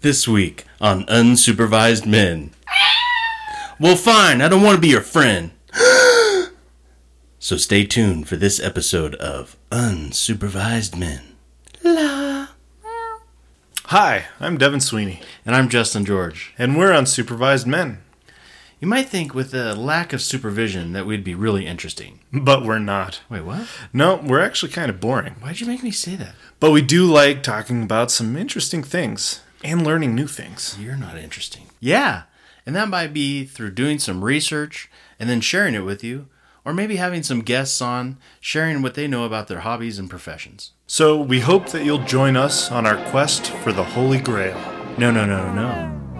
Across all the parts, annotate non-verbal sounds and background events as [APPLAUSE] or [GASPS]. This week on Unsupervised Men. Well, fine, I don't want to be your friend. [GASPS] so stay tuned for this episode of Unsupervised Men. Hi, I'm Devin Sweeney, And I'm Justin George. and we're Unsupervised Men, You might think with the lack of supervision that we'd be really interesting. but we're not. Wait, what? No, we're actually kind of boring, Why'd you make me say that? but we do like talking about some interesting things and learning new things. You're not interesting. Yeah, and that might be through doing some research and then sharing it with you, or maybe having some guests on sharing what they know about their hobbies and professions. So we hope that you'll join us on our quest for the Holy Grail. No, no, no, no.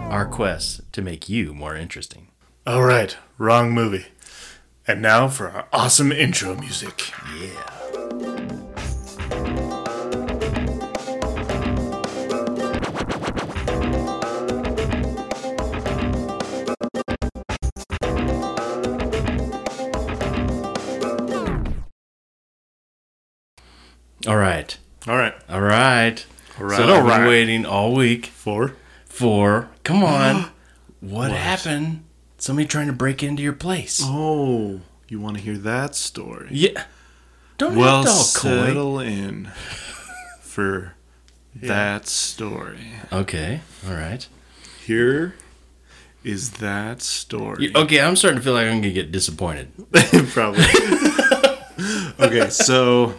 Our quest to make you more interesting. All right, wrong movie. And now for our awesome intro music. Yeah. All right. All right, All right. All right, So all I've been right. waiting all week four. for. Come on. [GASPS] what, happened? Somebody trying to break into your place. Oh, you want to hear that story? Yeah. Don't Well, act all coy. settle in for that story. Okay. All right. Here is that story. Okay, I'm starting to feel like I'm gonna get disappointed. [LAUGHS] Probably. [LAUGHS] okay, so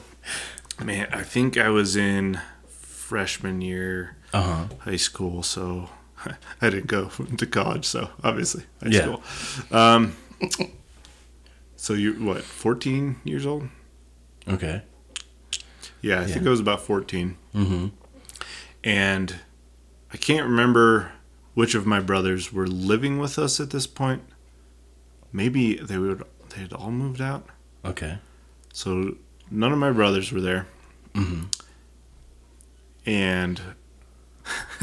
man, I think I was in freshman year Uh huh. high school, so [LAUGHS] I didn't go [LAUGHS] to college, so obviously high Yeah. school. Um, [LAUGHS] so you what? Fourteen years old? Okay. Yeah, I think I was about 14. Mm-hmm. And I can't remember which of my brothers were living with us at this point. Maybe they would they had all moved out, Okay. so none of my brothers were there. Mm-hmm. And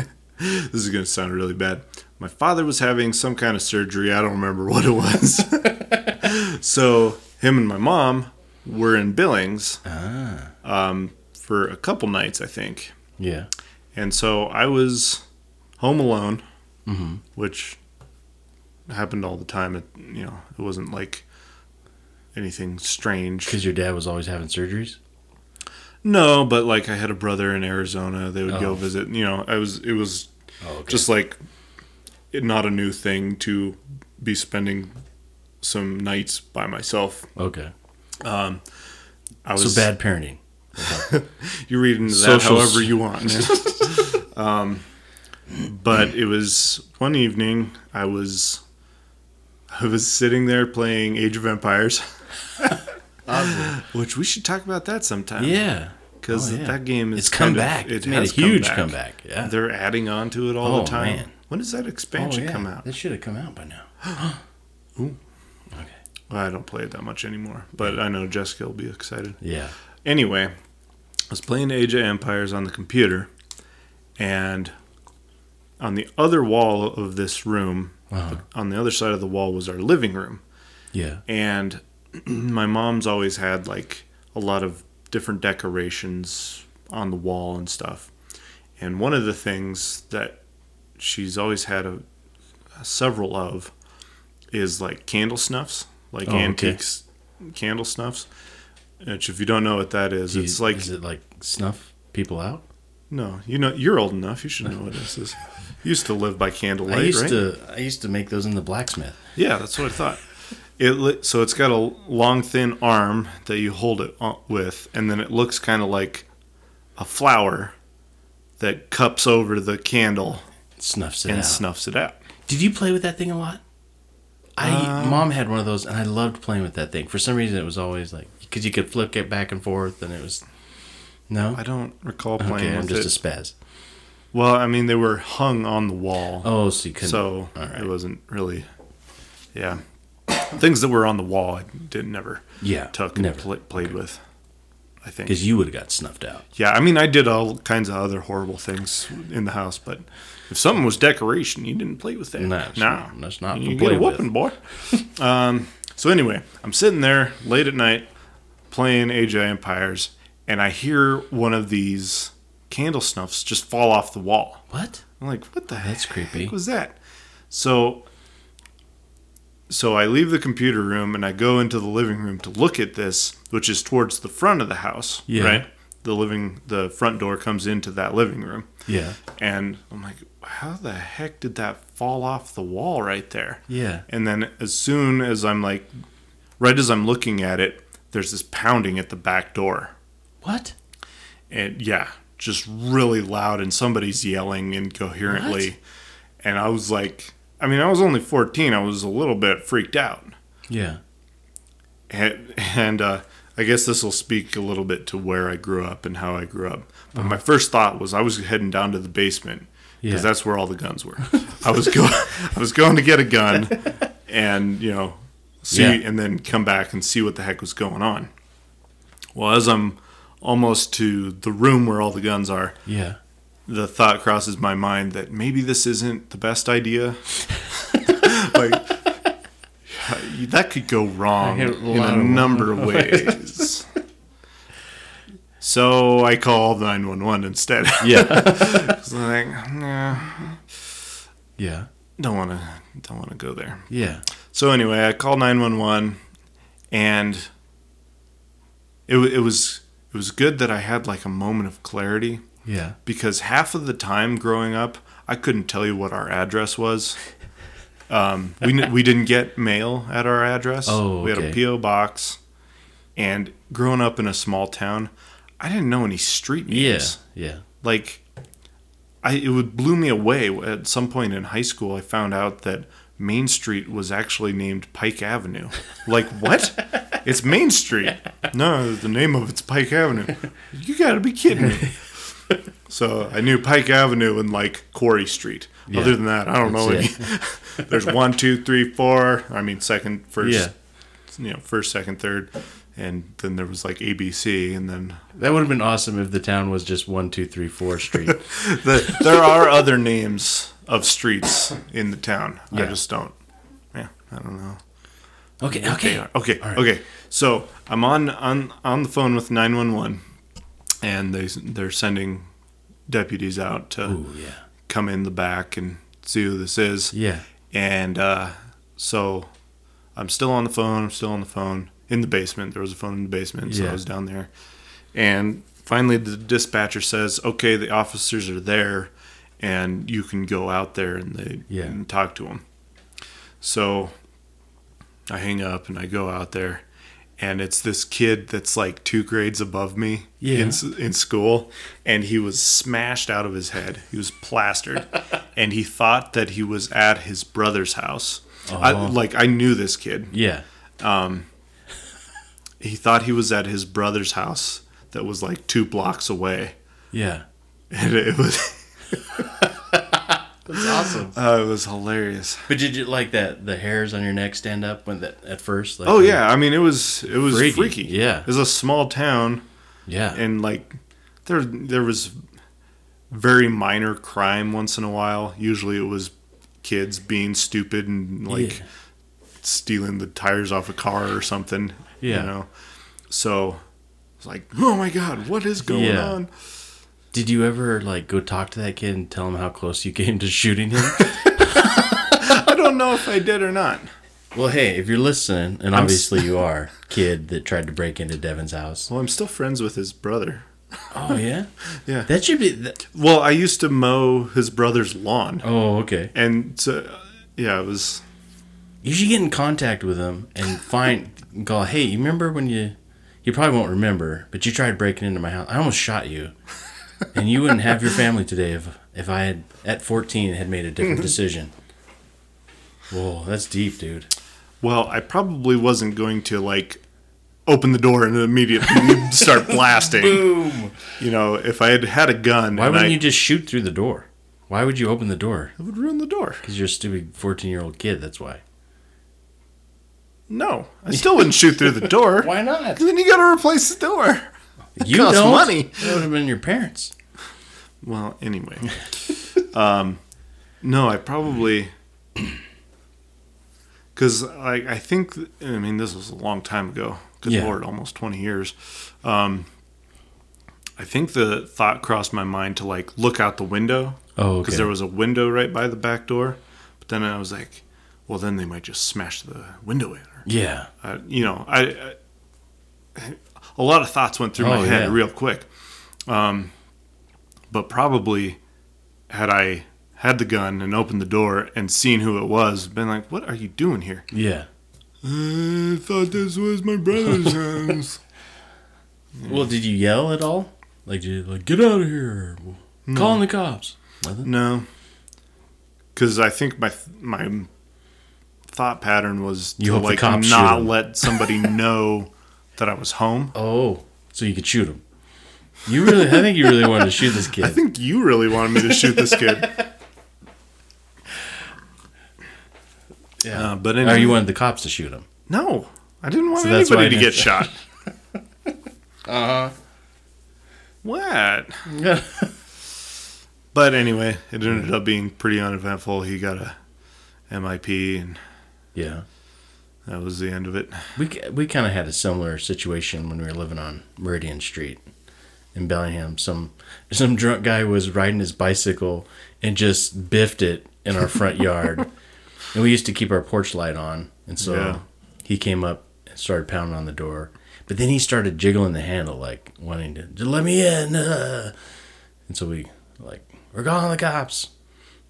[LAUGHS] this is going to sound really bad. My father was having some kind of surgery. I don't remember what it was. so him and my mom were in Billings Ah. um, for a couple nights, I think. Yeah. And so I was home alone, Mm-hmm. which happened all the time. It you know it wasn't like anything strange. Because your dad was always having surgeries. No, but like I had a brother in Arizona. They would Oh. go visit. You know, I was it was Oh, okay. just like it, not a new thing to be spending some nights by myself. okay. I So was bad parenting. you read into that Social- however you want. [LAUGHS] um, but it was one evening I was I was sitting there playing Age of Empires, which we should talk about that sometime. Yeah. because Oh, yeah. that game is It's come kind of- back. It It's made a has huge come comeback. back. Yeah. They're adding on to it all Oh, the time. man. When does that oh expansion yeah. come out? That should have come out by now. Well, I don't play it that much anymore, but I know Jessica will be excited. Yeah. Anyway, I was playing Age of Empires on the computer, and on the other wall of this room, Uh-huh. on the other side of the wall, was our living room. Yeah. And [CLEARS THROAT] my mom's always had like a lot of different decorations on the wall and stuff. And one of the things that she's always had a, several of is like candle snuffs, like Oh, okay. antiques candle snuffs. Which, if you don't know what that is, Do you- it's like is it like snuff people out? no, you know, you're old enough. You should know what this is. You used to live by candlelight, I used right? to. I used to make those in the blacksmith. Yeah, that's what I thought. It li- so it's got a long thin arm that you hold it o- with, and then it looks kind of like a flower that cups over the candle Snuffs it and out. snuffs it out. Did you play with that thing a lot? I Um, mom had one of those, and I loved playing with that thing. For some reason, it was always like because you could flip it back and forth, and it was no. I don't recall playing Okay, I'm just with it. a spaz. well, I mean, they were hung on the wall, Oh, so you couldn't. so all right. it wasn't really. Yeah, things that were on the wall, I didn't never yeah, took never, and pla played with. I think because you would have got snuffed out. Yeah, I mean, I did all kinds of other horrible things in the house, but if something was decoration, you didn't play with that. No, it's no, not- that's not You to get play a with. whooping, boy. [LAUGHS] um, so anyway, I'm sitting there late at night playing Age of Empires, and I hear one of these candle snuffs just fall off the wall. What? I'm like, what the That's heck creepy. was that? So so I leave the computer room and I go into the living room to look at this, which is towards the front of the house. Yeah. Right? The living the front door comes into that living room. Yeah. And I'm like, how the heck did that fall off the wall right there? Yeah. And then as soon as I'm like, right as I'm looking at it, there's this pounding at the back door. What? And yeah, just really loud and somebody's yelling incoherently. What? And I was like, I mean, I was only 14. I was a little bit freaked out. Yeah. And, and uh, I guess this will speak a little bit to where I grew up and how I grew up. But my first thought was I was heading down to the basement Uh-huh. Yeah. because that's where all the guns were. I was going, [LAUGHS] I was going to get a gun, and you know, see, Yeah. and then come back and see what the heck was going on. Well, as I'm almost to the room where all the guns are, Yeah. the thought crosses my mind that maybe this isn't the best idea. [LAUGHS] like [LAUGHS] that could go wrong I hear a in lot a of- [LAUGHS] number of ways. so I called 911 instead. Yeah. [LAUGHS] It's like, nah, yeah. don't want to don't want to go there. Yeah. So anyway, I called 911 and it wa- it was it was good that I had like a moment of clarity Yeah. because half of the time growing up, I couldn't tell you what our address was. Um, we kn- we didn't get mail at our address. Oh, we had okay. a PO box, and growing up in a small town, I didn't know any street Yeah. names. Yeah. Like, I it would blew me away. At some point in high school, I found out that Main Street was actually named Pike Avenue. Like [LAUGHS] what? it's Main Street. No, the name of it's Pike Avenue. You got to be [LAUGHS] kidding me. So I knew Pike Avenue and like Quarry Street. Other than that, I don't know any. That's [LAUGHS] There's one, two, three, four. I mean, second, first, Yeah. you know, first, second, third, and then there was like ABC, and then That would have been awesome if the town was just one, two, three, [LAUGHS] four street. the, there are other names of streets in the town. I Yeah. just don't. Yeah, I don't know. Okay. They Okay. are. Okay. All right. Okay. So I'm on on on the phone with 911, and they they're sending deputies out to Ooh, yeah. come in the back and see who this is. Yeah. And uh, so I'm still on the phone. I'm still on the phone in the basement. There was a phone in the basement, so Yeah. I was down there. And finally, the dispatcher says, "Okay, the officers are there, and you can go out there and they Yeah. and talk to them." So I hang up and I go out there, and it's this kid that's like two grades above me Yeah. in, s- in school, and he was smashed out of his head. He was plastered, and he thought that he was at his brother's house. I, Oh. like I knew this kid. Yeah. He thought he was at his brother's house that was like two blocks away, [LAUGHS] Yeah. and it was That's awesome. uh, it was hilarious. But did you like that? The hairs on your neck stand up when that at first? Like, Oh yeah, I mean it was it was Freaky, freaky. yeah. it was a small town. Yeah. and like there there was very minor crime once in a while usually it was kids being stupid and like Yeah. stealing the tires off a car or something Yeah. you know so it's like oh my god what is going Yeah. on Did you ever like go talk to that kid and tell him how close you came to shooting [LAUGHS] him? i don't know if i did or not well, hey, if you're listening, and obviously you are, kid that tried to break into Devin's house. well i'm still friends with his brother Oh yeah. Yeah. That should be. That, well i used to mow his brother's lawn oh okay. and so yeah it was You should get in contact with him and find and go. Hey, you remember when you? You probably won't remember, but you tried breaking into my house. I almost shot you, and you wouldn't have your family today if if I had at 14 had made a [LAUGHS] different decision. Whoa, that's deep, dude. Well, I probably wasn't going to like open the door and immediately [LAUGHS] start blasting. Boom. You know, if I had had a gun, Why and wouldn't I, you just shoot through the door? Why would you open the door? it would ruin the door. Because you're a stupid 14 year old kid, that's why. No, [LAUGHS] I still wouldn't shoot through the door. not? Then you got to replace the door. You costs don't. money. That would have been your parents. Well, [LAUGHS] anyway, um, no, I probably [CLEARS THROAT] because I I think I mean this was a long time ago. Good Yeah. lord, almost twenty years. Um, I think the thought crossed my mind to like look out the window Oh, because okay. there was a window right by the back door. But then I was like, well, then they might just smash the window in. Or, yeah. I, you know, I, I a lot of thoughts went through my Oh, head yeah. real quick. Um, but probably had I had the gun and opened the door and seen who it was, been like, what are you doing here? Yeah. I thought this was my [LAUGHS] brother's house. Well, did you yell at all? Like, did you like get out of here? Calling the cops. Nothing. No, because I think my my thought pattern was You to hope the like cops shoot not him. [LAUGHS] let somebody know that I was home. Oh, so you could shoot him. You really? I think you really wanted to shoot this kid. [LAUGHS] I think you really wanted me to shoot this kid, yeah. uh, but or anyway, you wanted the cops to shoot him. no, I didn't want So that's why I anybody to didn't- [LAUGHS] Uh-huh. get shot. What? But anyway, it ended up being pretty uneventful. He got a MIP, and yeah. that was the end of it. We we kind of had a similar situation when we were living on Meridian Street in Bellingham. Some some drunk guy was riding his bicycle and just biffed it in our [LAUGHS] front yard. And we used to keep our porch light on, and so Yeah. he came up and started pounding on the door. But then he started jiggling the handle, like wanting to "Just let me in. uh." And so we like we're calling the cops.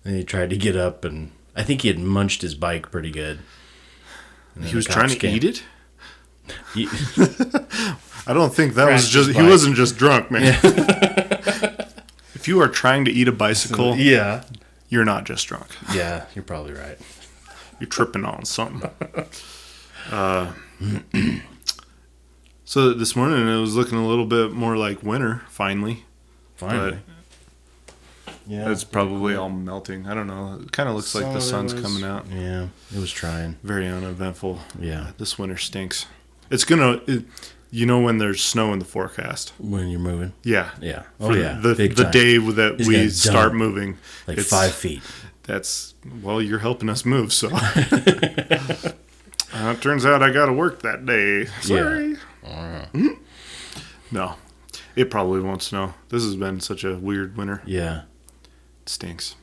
And he tried to get up, and I think he had munched his bike pretty good. And then He the was trying cops to came. eat it. He- I don't think that was Crashed his just. He bike. wasn't just drunk, man. [LAUGHS] if you are trying to eat a [LAUGHS] bicycle, Yeah. you're not just drunk. Yeah, you're probably right. You're tripping on something. [LAUGHS] Uh, [CLEARS THROAT] so this morning it was looking a little bit more like winter. Finally, Finally. yeah. it's probably all melting. I don't know. It kind of looks like Some the of it sun's was- coming out. Yeah, it was trying. Very uneventful. Yeah. This winter stinks. It's gonna. It, you know when there's snow in the forecast. When you're moving. Yeah. Yeah. For Oh, yeah. The, Big the time. day that It's we gonna start dump, moving, Like it's- five feet. That's well, you're helping us move, so. [LAUGHS] uh, it turns out I got to work that day. Sorry. Hmm. No, it probably won't snow. This has been such a weird winter. Yeah. It stinks.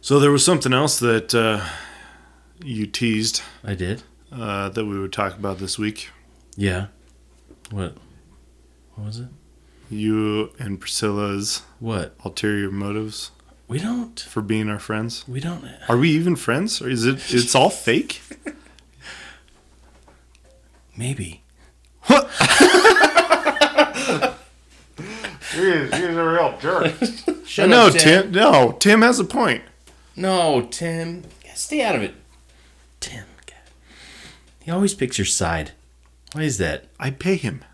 So there was something else that uh, you teased I did. uh, that we would talk about this week. Yeah. What? What was it? You and Priscilla's What? ulterior motives We don't. for being our friends. We don't. Are we even friends? Or is it? It's all fake. Maybe. He's, a real jerk. Shut no, Tim. No, Tim has a point. No, Tim. Yeah, Stay out of it. Tim. God. He always picks your side. Why is that? I pay him.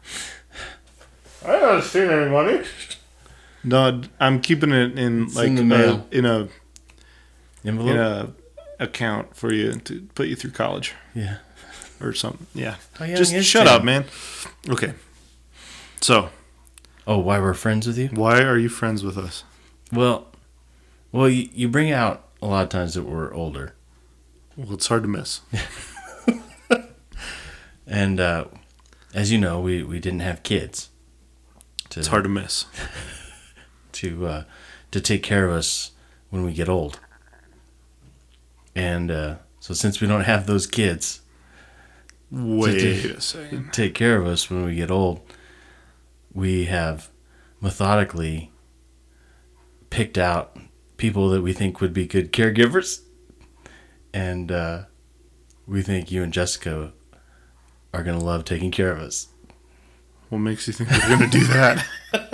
I haven't seen any money. No, I'm keeping it in like in the a- mail. in a Envelope? in a account for you to put you through college yeah. or something. Yeah, How young just is shut Tim? up, man. Okay. So, Oh, why we're friends with you? why are you friends with us? Well, well, you, you bring out a lot of times that we're older, Well, it's hard to miss. and uh, as you know, we, we didn't have kids to It's hard to miss. to uh, to take care of us when we get old, and uh, so since we don't have those kids Wait a to second. take care of us when we get old, we have methodically picked out people that we think would be good caregivers, and uh, we think you and Jessica are gonna love taking care of us. What makes you think we're gonna do that? [LAUGHS]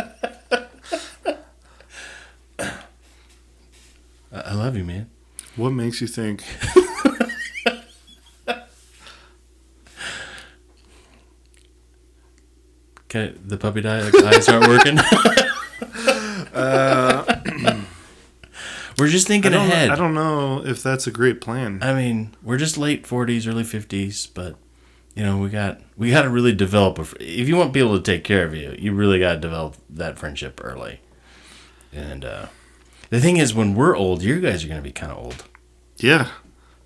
I, I love you, man. What makes you think? Okay, the puppy die [LAUGHS] eyes aren't working. we're just Uh, I thinking don't, ahead. I don't know if that's a great plan. I mean, we're just late forties, early fifties, but you know, we got we got to really develop. A, fr- if you want people to take care of you, you really got to develop that friendship early. And uh, the thing is, when we're old, you guys are going to be kind of old. Yeah.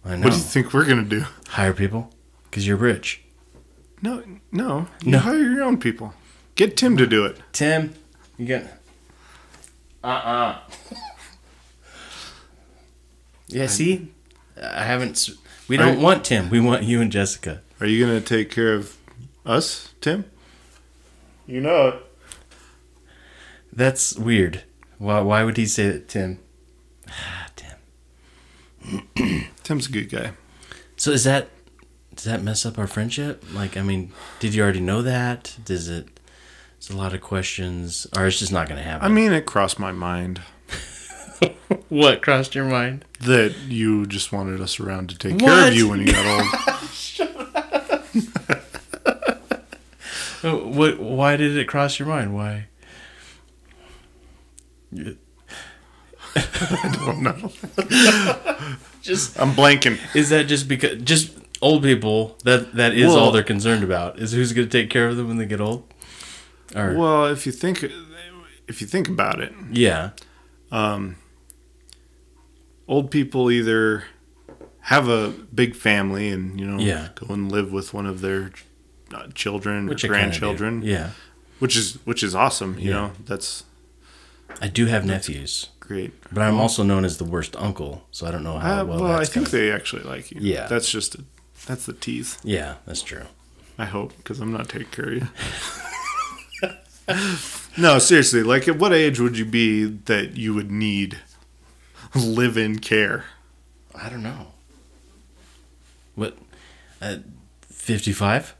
I know. What do you think we're gonna do? Hire people because you're rich. No, no. You No. hire your own people. Get Tim to do it. Tim, you got. Uh uh yeah, see? I haven't. s- We don't Right. want Tim. We want you and Jessica. Are you gonna take care of us, Tim? You know it. That's weird. Why, why would he say that, Tim? Ah, [SIGHS] Tim. Tim's a good guy. So is that. Does that mess up our friendship? Like, I mean, did you already know that? Does it. It's a lot of questions. Or it's just not going to happen. I mean, it crossed my mind what crossed your mind? that you just wanted us around to take care What? of you when you got old. [LAUGHS] Uh, What? Why did it cross your mind? Why? [LAUGHS] just I'm blanking. [LAUGHS] is that just because just old people that that is all Well- they're concerned about is who's going to take care of them when they get old? Or Well, if you think if you think about it, yeah, old people either have a big family and you know Yeah. go and live with one of their uh, children Which I kinda do. or grandchildren, Yeah, which is which is awesome. You Yeah. know, that's I do have nephews, great. but I'm also known as the worst uncle, so I don't know how Uh, Oh, well. well, I that's think gonna- they actually like you. Yeah. that's just a, that's the tease. yeah, that's true. I hope because I'm not taking care of you. [LAUGHS] no, seriously. Like, at what age would you be that you would need live-in care? [LAUGHS] I don't know. What? Uh, Fifty-five.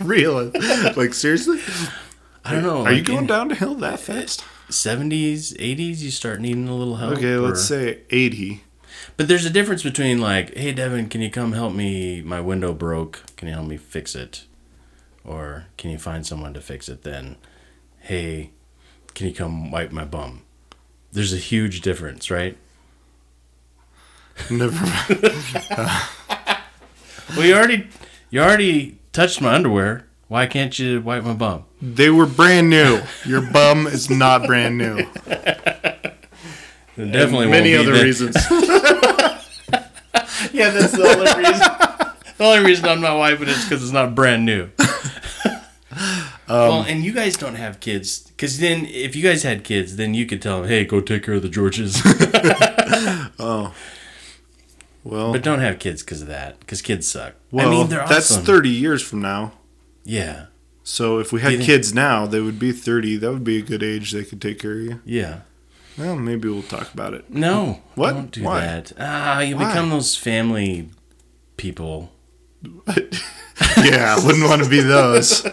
Really? like, seriously? I don't know. Are you going downhill that fast? Seventies, eighties, you start needing a little help. Okay, let's or- say 80. But there's a difference between like, hey Devin, can you come help me? My window broke. Can you help me fix it? Or can you find someone to fix it? Then, hey, can you come wipe my bum? There's a huge difference, right? Never mind. Well, you already, you already touched my underwear. Why can't you wipe my bum? They were brand new. Your bum is not brand new. It definitely won't Many be other then. [LAUGHS] reasons. Yeah, that's the only reason. the only reason I'm not wiping it is because it's not brand new. [LAUGHS] Um, well, and you guys don't have kids, because then if you guys had kids, then you could tell them, "Hey, go take care of the [LAUGHS] Georges." Well, but don't have kids because of that, because kids suck. well I mean, they're that's awesome. 30 years from now. Yeah, So if we had think- kids now, they would be 30. That would be a good age they could take care of you. yeah. Well, maybe we'll talk about [LAUGHS] it. No, What? Don't do Why? that. Ah, you Why? become those family people. yeah, I wouldn't want to be those.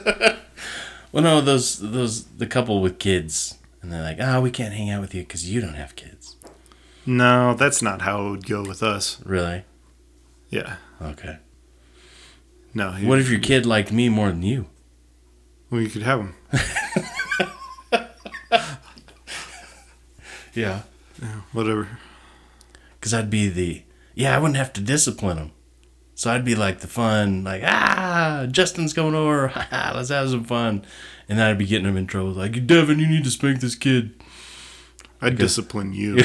Well, no, those those the couple with kids, and they're like, "Ah, we can't hang out with you because you don't have kids." No, that's not how it would go with us. Really? Yeah. Okay. No. You, What if your kid liked me more than you? well, you could have them. Yeah. Whatever. Because I'd be the, yeah, I wouldn't have to discipline him. So I'd be like the fun, like, ah, Justin's going over. [LAUGHS] Ha, ha, Let's have some fun. And then I'd be getting him in trouble. Like, Devin, you need to spank this kid. I'd discipline [LAUGHS] you.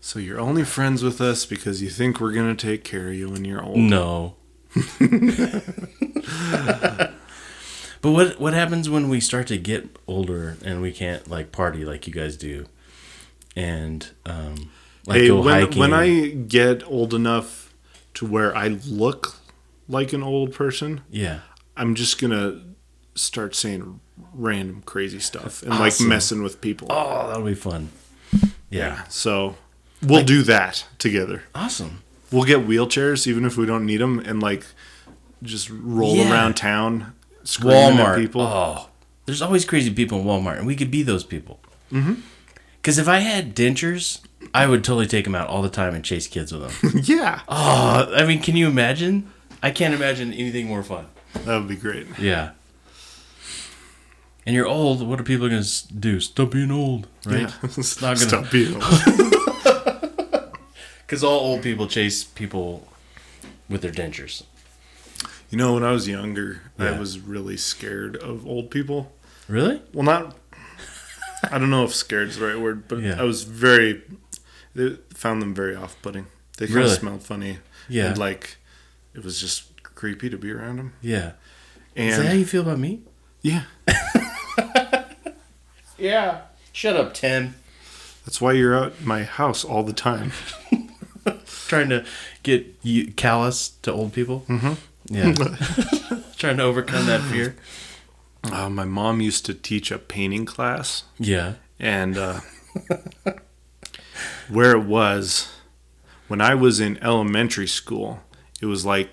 so you're only friends with us because you think we're going to take care of you when you're old. No. but what what happens when we start to get older and we can't like party like you guys do, and um, like hey, go when, hiking? when I get old enough to where I look like an old person, yeah, I'm just gonna start saying random crazy stuff and Awesome. like messing with people. oh, that'll be fun. yeah. So we'll do that together. awesome. We'll get wheelchairs even if we don't need them and like just roll Yeah. around town screaming Walmart at people. Oh, there's always crazy people in Walmart, and we could be those people. Mm-hmm. Because if I had dentures, I would totally take them out all the time and chase kids with [LAUGHS] them. [LAUGHS] yeah, oh, I mean, can you imagine? I can't imagine anything more fun. that would be great. Yeah. And you're old. What are people going to do? Stop being old, right? Yeah. It's [LAUGHS] not going Stop to. being old. [LAUGHS] Because all old people chase people with their dentures. You know, when I was younger, Yeah. I was really scared of old people. Really? well not i don't know if scared is the right word but Yeah. i was very they found them very off-putting they kind Really? of smelled funny Yeah. And like, it was just creepy to be around him. Yeah. Is that how And you feel about me? yeah, Yeah. Shut up, Tim. that's why you're at my house all the time. Trying to get you callous to old people. Mm-hmm. Yeah. [LAUGHS] Trying to overcome that fear. Uh, my mom used to teach a painting class, Yeah. [LAUGHS] and uh, where it was when I was in elementary school, it was like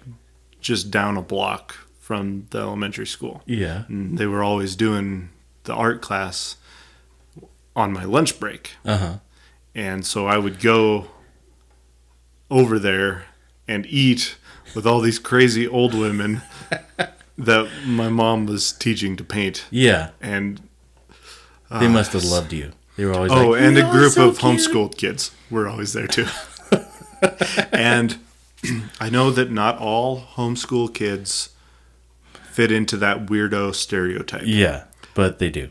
just down a block from the elementary school. Yeah. And they were always doing the art class on my lunch break. Uh huh. And so I would go over there and eat with all these crazy [LAUGHS] old women that my mom was teaching to paint. Yeah. And They must have loved you. They were always oh, like, and "You a are group so of cute." homeschooled kids were always there too. [LAUGHS] and [CLEARS THROAT] I know that not all homeschool kids fit into that weirdo stereotype. Yeah, but they do.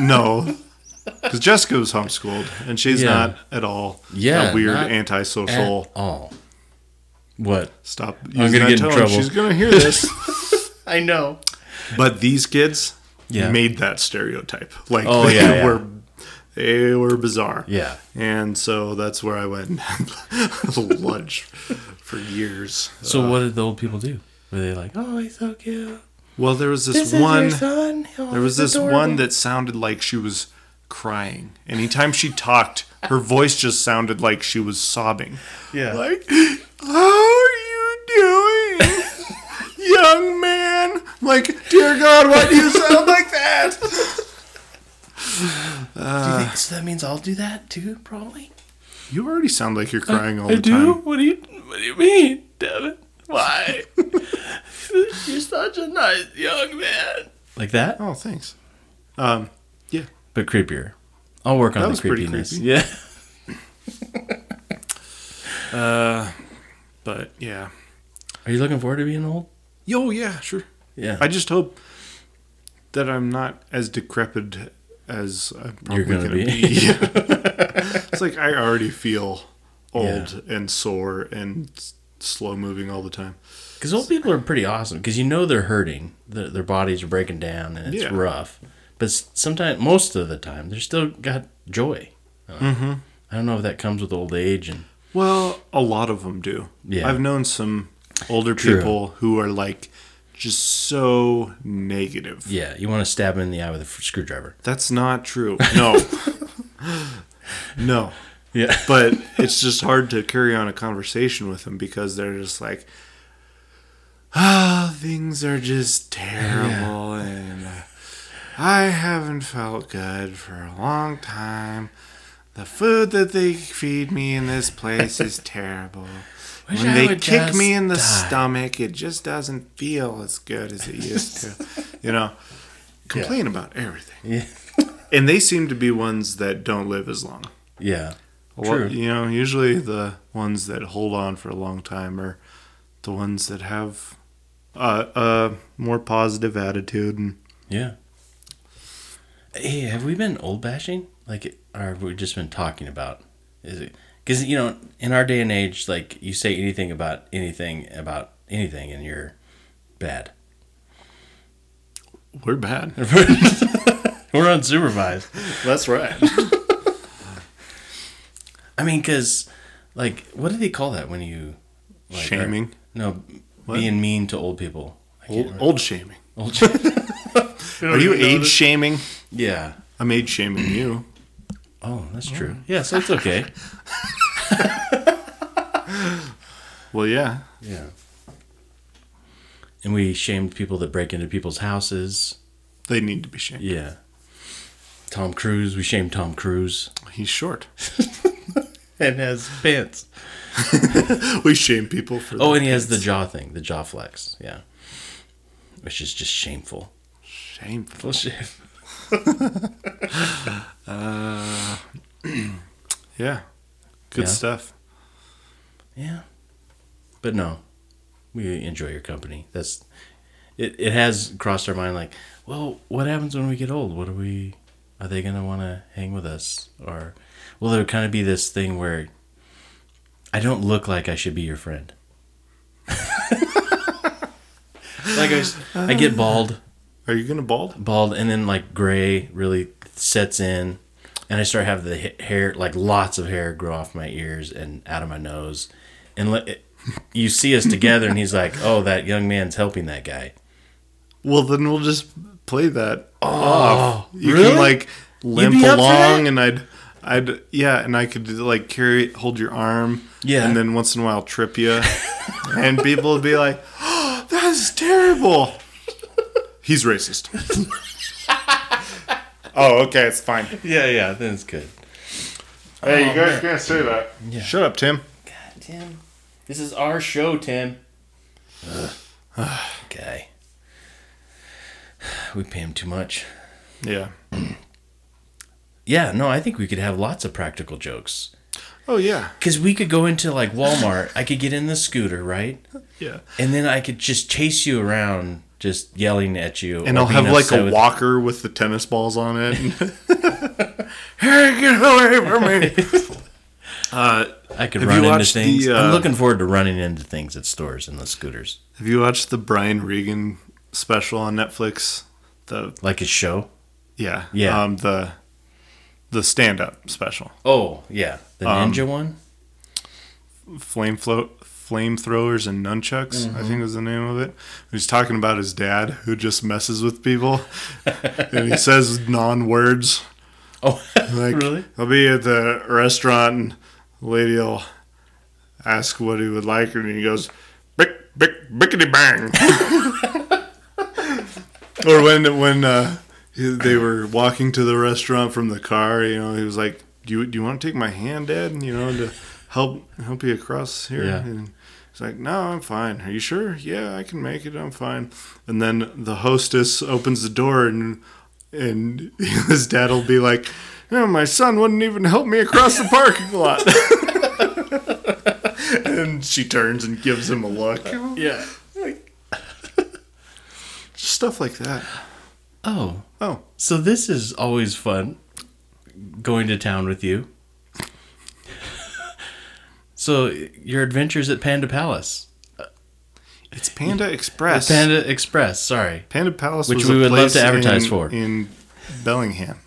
No. Because Jessica was homeschooled, and she's Yeah. not at all Yeah, a weird not antisocial. At all. What? Stop! gonna using that get in tone. trouble. She's gonna [LAUGHS] hear this. I know. but these kids Yeah. made that stereotype. Like Oh, they yeah, yeah. were, they were bizarre. Yeah. And so that's where I went and had [LAUGHS] lunch for years. So what did the old people do? Were they like, "Oh, he's so cute"? Well, there was this, This one. is your son. Oh, There was he's this adorable." one that sounded like she was crying. Anytime she talked, her voice just sounded like she was sobbing. Yeah. Like, how are you doing, young man? Like, dear God, why do you sound like that? Do you Uh, think, so that means I'll do that too, probably. You already sound like you're crying all the time. What do you What do you mean, Devin? Why? [LAUGHS] You're such a nice young man. Like that, Oh, thanks. Um, yeah. but creepier. I'll work on That the was pretty creepiness. creepy. Yeah. But yeah. Are you looking forward to being old? Yo, yeah, sure. Yeah. I just hope that I'm not as decrepit as I'm probably You're gonna going to be. [LAUGHS] be. Yeah. it's like I already feel old and sore and s- slow moving all the time. Because old people are pretty awesome. Because you know they're hurting, their, their bodies are breaking down, and it's Yeah. rough. But sometimes, most of the time, they're still got joy. Mm-hmm. I don't know if that comes with old age, and Well, a lot of them do. Yeah. I've known some older True. people who are like just so negative. yeah, you want to stab them in the eye with a f- screwdriver. That's not true. [LAUGHS] No. no. Yeah, but it's just hard to carry on a conversation with them because they're just like ah things are just terrible and uh, i haven't felt good for a long time the food that they feed me in this [LAUGHS] place is terrible Wish when I they would kick me just in the die. stomach it just doesn't feel as good as it used [LAUGHS] to you know complain about everything Yeah. and they seem to be ones that don't live as long yeah, well, True. you know, usually the ones that hold on for a long time are the ones that have uh, a more positive attitude. And yeah. Hey, have we been old bashing? Like, or have we just been talking about? Is it because you know in our day and age, like you say anything about anything about anything, and you're bad. [LAUGHS] we're [LAUGHS] bad. We're unsupervised. That's right. [LAUGHS] I mean, because, like, what do they call that when you. Like, are- Shaming? no, What? being mean to old people. I can't Old, remember. old shaming. [LAUGHS] Old- Are you age shaming? yeah. I'm age shaming you. Oh, that's true. Yeah, so it's okay. [LAUGHS] Well, yeah. yeah. And we shamed people that break into people's houses. They need to be shamed. Yeah. Tom Cruise, we shamed Tom Cruise. He's short. [LAUGHS] And has pants. We shame people for Oh, their and he has the pants. jaw thing, the jaw flex. Yeah. Which is just shameful. Full Shameful. shame. Yeah. Good Yeah. stuff. Yeah. But no, we enjoy your company. That's it. It has crossed our mind like, well, what happens when we get old? What are we? Are they gonna want to hang with us? Or will there kind of be this thing where I don't look like I should be your friend. [LAUGHS] like I, was, I get bald, Are you gonna bald? bald, and then like gray really sets in, and I start having the ha- hair, like lots of hair, grow off my ears and out of my nose, and let it, you see us together, and he's like, "Oh, that young man's helping that guy." Well, then we'll just play that off. You really? can like limp be up for that? along, and I'd, I'd, yeah, and I could like carry, hold your arm, Yeah. and then once in a while trip you, and people would be like, oh, "That is terrible." [LAUGHS] He's racist. oh, okay, it's fine. Yeah, yeah, then it's good. Hey, Oh, you guys can't say that. Shut up, Tim. God, Tim, this is our show, Tim. [SIGHS] okay, [SIGHS] we pay him too much. Yeah. Yeah, no, I think we could have lots of practical jokes. Oh yeah. Because we could go into like Walmart, I could get in the scooter, right? Yeah. And then I could just chase you around, just yelling at you. And or I'll being have like upset a with- walker with the tennis balls on [LAUGHS] it. [LAUGHS] hey, get away from me! uh, I could Have run you into watched the, things. I'm uh, looking forward to running into things at stores in the scooters. Have you watched the Brian Regan special on Netflix? The Like his show. yeah, Yeah. um, the the stand up special, Oh, yeah. The Um, ninja [LAUGHS] one? flame float, flamethrowers and nunchucks. I Mm-hmm. think was the name of it. He's talking about his dad who just messes [LAUGHS] with people, and he says non words. Oh, Like really? I'll be at the restaurant and the lady'll ask what he would like, and he goes, "Bick, bick, bickety bang." [LAUGHS] or when when uh, he- they were walking to the restaurant from the car, you know, he was like, "Do you do you want to take my hand, Dad? You know, to help help you across here?" Yeah. And he's like, "No, I'm fine. Are you sure? Yeah, I can make it. I'm fine." And then the hostess opens the door and and [LAUGHS] his dad will be like, "No, my son wouldn't even help me across the parking lot." and she turns and gives him a look. Yeah. Stuff like that. Oh, Oh, so this is always fun going to town with you. [LAUGHS] so, your adventures at Panda Palace. it's Panda Express. Panda, Panda Express, sorry. Palace, Which was we a would love place to advertise in- for. in Bellingham.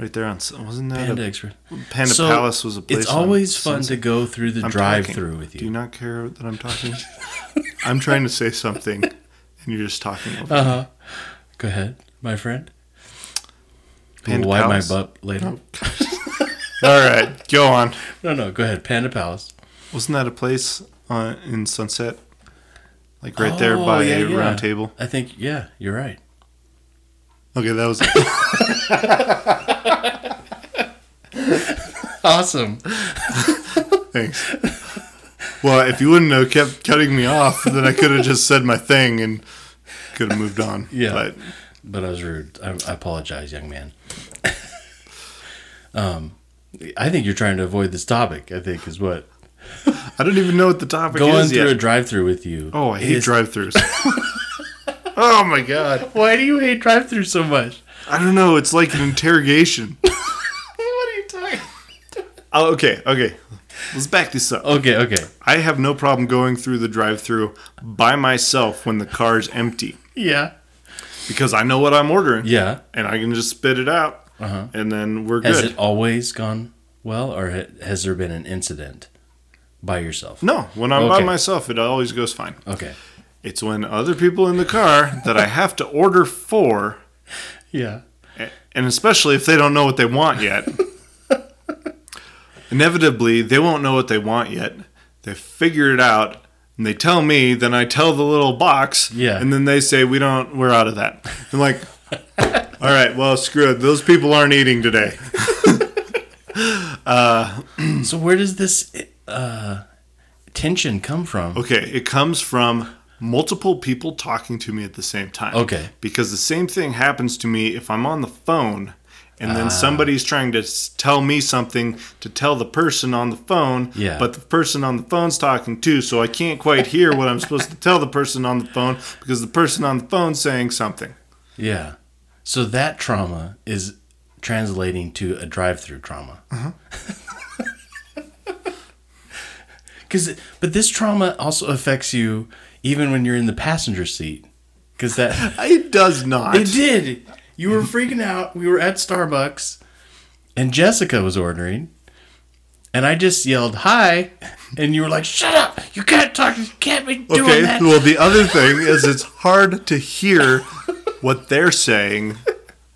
Right there on S- wasn't that Panda a, Express. Panda So, Palace was a place. It's on always fun Sunset. to go through the I'm drive-through talking. with Do you. you not care that I'm [LAUGHS] talking? I'm trying to say something, and you're just talking over. Uh huh. Go ahead, my friend. Panda we'll wipe my Palace. butt later. All right, go on. No, no, go ahead. Panda Palace. Wasn't that a place uh, in Sunset? Like right there by yeah, a yeah. round table. I think, yeah, you're right. Okay, that was Awesome. thanks. Well, if you wouldn't have kept cutting me off, then I could have just said my thing and could have moved on. Yeah. But But I was rude. I, I apologize, young man. [LAUGHS] um, I think you're trying to avoid this topic. I think is what I don't even know what the topic going is through a yet. drive-through with you. oh, I hate is- drive-throughs. oh my god. [LAUGHS] Why do you hate drive-through so much? I don't know. It's like an interrogation. what are you talking? oh, okay, okay. Let's back this up. Okay, okay. I have no problem going through the drive-through by myself when the car's empty Yeah. because I know what I'm ordering. Yeah. and I can just spit it out, Uh-huh. and then we're Has good. it always gone well, or ha- has there been an incident by yourself? no, when I'm by Okay. myself, it always goes fine. Okay. It's when other people in the car that I have to order for, Yeah. a- and especially if they don't know what they want yet. Inevitably, they won't know what they want yet. They figure it out, and they tell me. Then I tell the little box, Yeah. and then they say, "We don't. We're out of that." I'm like, "All right, well, screw it. Those people aren't eating today." So where does this uh, tension come from? Okay, it comes from multiple people talking to me at the same time. Okay. Because the same thing happens to me if I'm on the phone and then somebody's trying to s- tell me something to tell the person on the phone, Yeah. but the person on the phone's talking too, so I can't quite hear what I'm supposed to tell the person on the phone because the person on the phone's saying something. Yeah. So that trauma is Uh-huh. translating to a drive-through trauma. [LAUGHS] Cause, but this trauma also affects you even when you're in the passenger seat. Because that [LAUGHS] It does not. it did. You were freaking out. We were at Starbucks, and Jessica was ordering, and I just yelled "Hi," and you were like, "Shut up! You can't talk. You can't be doing okay. that." Well, the other thing is it's hard to [LAUGHS] hear what they're saying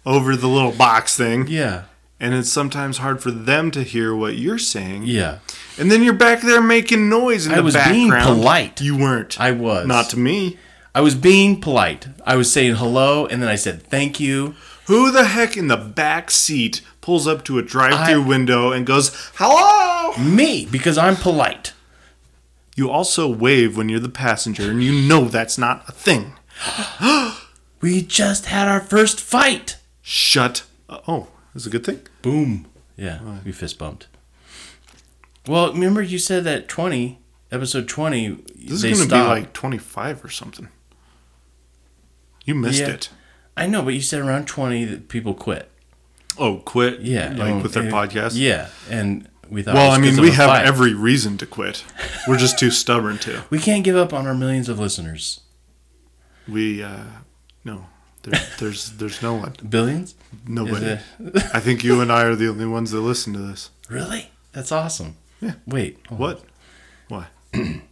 over the little box thing, Yeah, and it's sometimes hard for them to hear what you're saying. yeah. And then you're back there making noise in I the was being background. polite. You weren't. I was Not to me. I was being polite. I was saying hello, and then I said thank you. Who the heck in the back seat pulls up to a drive-through I- window and goes, "Hello"? Me, because I'm polite. You also wave when you're the passenger, and you know that's not a thing. We just had our first fight. Shut. Oh, is a good thing. Boom. Yeah, we fist bumped. Well, remember you said that twenty episode twenty. This they is going to be stopped. like 25 or something. You missed Yeah. it. I know, but you said around twenty that people quit. Oh, quit. Yeah, like and- with their and- podcast. Yeah, and we thought. it Well, was I 'cause mean, of we a have fight. every reason to quit. We're just too stubborn to. We can't give up on our millions of listeners. We uh, no. There, there's there's no one. Billions? Nobody. Is I think you and I are the only ones that listen to this. [LAUGHS] Really? That's awesome. Yeah. Wait. hold on. What? Why?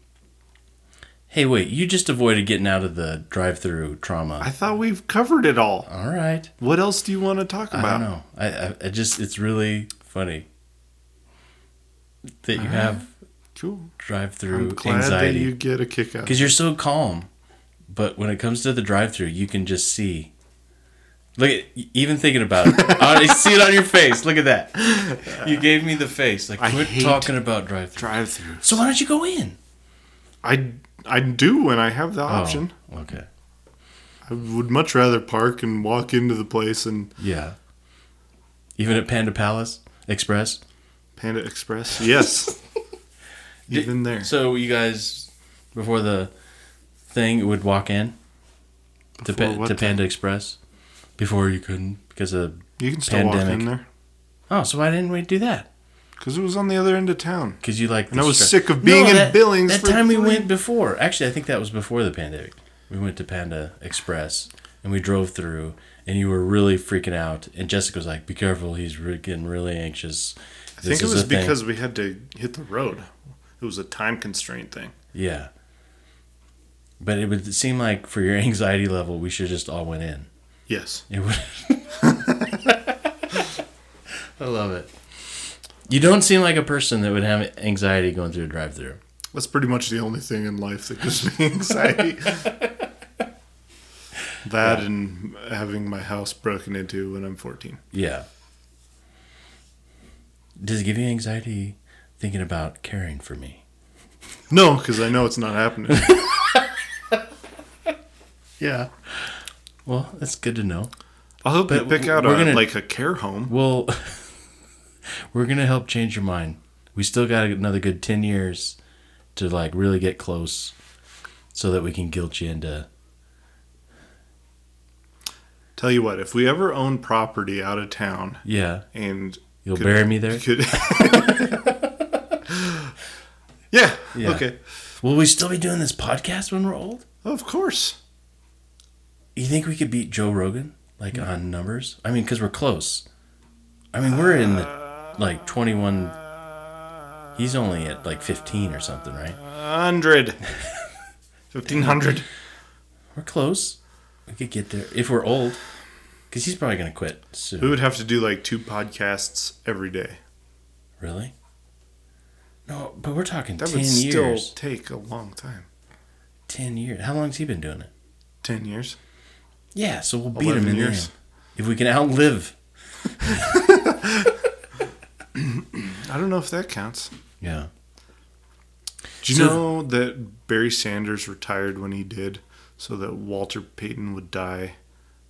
Hey, wait. You just avoided getting out of the drive-through trauma. I thought we've covered it all. All right. What else do you want to talk I don't about? know. I, I, I just it's really funny that you have Cool. I'm drive-through glad anxiety that you get a kick out. because you're so calm, but when it comes to the drive-through, you can just see. Look, at, e, even thinking about it, [LAUGHS] I see it on your face. Look at that. You gave me the face. Like I quit hate talking about drive-through. Drive-through. So why don't you go in? I I do when I have the option. Oh, okay. I would much rather park and walk into the place and Yeah. Even at Panda Palace Express. Panda [LAUGHS] Express. Yes. Even there. So you guys, before the thing, would walk in to, Before pa- what to Panda Express before you couldn't because of You can still walk Pandemic. in there oh, so why didn't we do that? because it was on the other end of town. Because you like And I the was stra- sick of being in that, Billings That for time we three- went before, actually, I think that was before the pandemic. We went to Panda Express and we drove through, and you were really freaking out. And Jessica was like, "Be careful! He's re- getting really anxious." I think it was because we had to hit the road. It was a time constraint thing. Yeah. But it would seem like for your [LAUGHS] anxiety level, we should just all went in. Yes. It would. [LAUGHS] I love it. You don't seem like a person that would have anxiety going through a drive-through. That's pretty much the only thing in life that gives me [LAUGHS] anxiety. that and having my house broken into when I'm 14. Yeah. Does it give you anxiety thinking about caring for me? No, because I know it's not [LAUGHS] happening. Yeah. Well, that's good to know. I'll help you But pick out a, we're gonna- like a care home. Well, [LAUGHS] we're gonna help change your mind. We still got another good ten years to like really get close, so that we can guilt you into. Tell you what, if we ever own property out of town Yeah, and you'll Could- bury me there. [LAUGHS] could. yeah, Yeah. Okay. Will we still be doing this podcast when we're old? Of course. You think we could beat Joe Rogan like Hmm. on numbers? I mean, because we're close. I mean, we're in the, like twenty-one. He's only at like fifteen or something, right? 100. 1500. We're close. We could get there if we're old, because he's probably gonna quit soon. We would have to do like two podcasts every day. Really? No, but we're talking That ten would still years. take a long time. Ten years. How long's he been doing it? 10 years. Yeah, so we'll beat him 11 in years. years. If we can outlive. I don't know if that counts. Yeah. Do you So- know that Barry Sanders retired when he did so that Walter Payton would die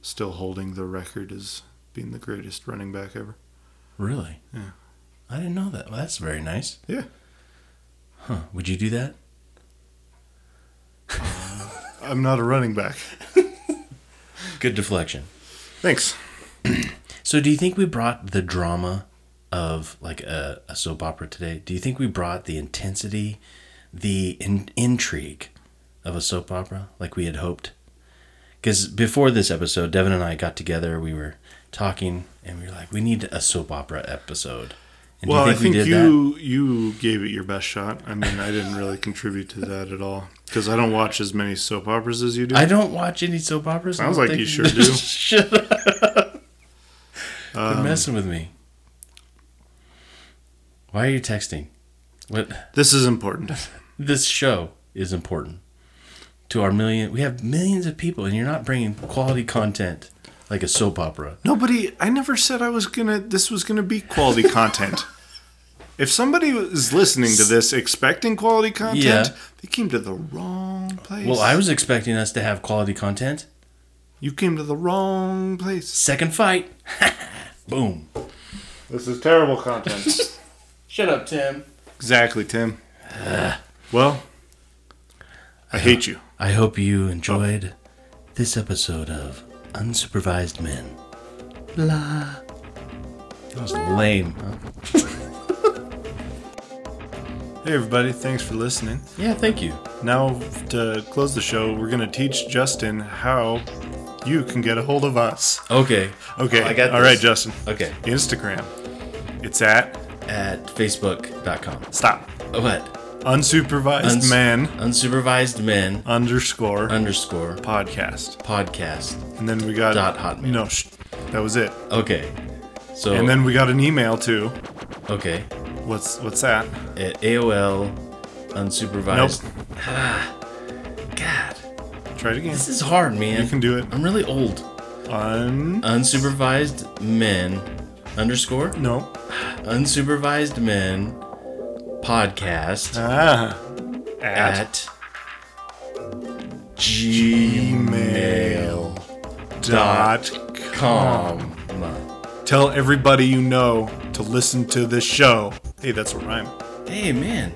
still holding the record as being the greatest running back ever? Really? Yeah. I didn't know that. Well, that's very nice. Yeah. Huh. Would you do that? I'm not a running back. Good deflection. Thanks. So do you think we brought the drama of like a, a soap opera today? Do you think we brought the intensity, the in- intrigue of a soap opera like we had hoped. Because before this episode, Devin and I got together. We were talking, and we were like, "We need a soap opera episode." And do Well, I think we did you you gave it your best shot. I mean, I didn't really contribute to that at all because I don't watch as many soap operas as you do. that. I don't watch any soap operas. I Sounds don't like you sure think- [LAUGHS] do. Um, Shut up! You're messing with me. Why are you texting? What? this is important. this show is important to our million. We have millions of people, and you're not bringing quality content like a soap opera. Nobody. I never said I was gonna. This was gonna be quality content. If somebody is listening to this expecting quality content, Yeah. they came to the wrong place. Well, I was expecting us to have quality content. You came to the wrong place. Second fight, [LAUGHS] boom. This is terrible content. Shut up, Tim. [LAUGHS] Exactly, Tim. well, I hate you. I hope you enjoyed this episode of Unsupervised Men. La. That was lame. huh? Hey, everybody. Thanks for listening. Yeah, thank you. Now, to close the show, we're going to teach Justin how you can get a hold of us. Okay. Okay. I got All right, this. Justin. Okay. Instagram. It's at At facebook.com. stop What? unsupervised Uns- man Unsupervised men underscore underscore podcast. podcast. And then we got Dot Hotmail. Oh. No, sh- that was it. Okay. So And then we got an email too. okay, What's what's that? at AOL unsupervised. Ah, God, Try it again. this is hard, man. You can do it. I'm really old. Un. Unsupervised men underscore No. unsupervised men podcast Ah. At, at gmail dot com. Tell everybody you know to listen to this show. Hey, that's a rhyme. Hey man,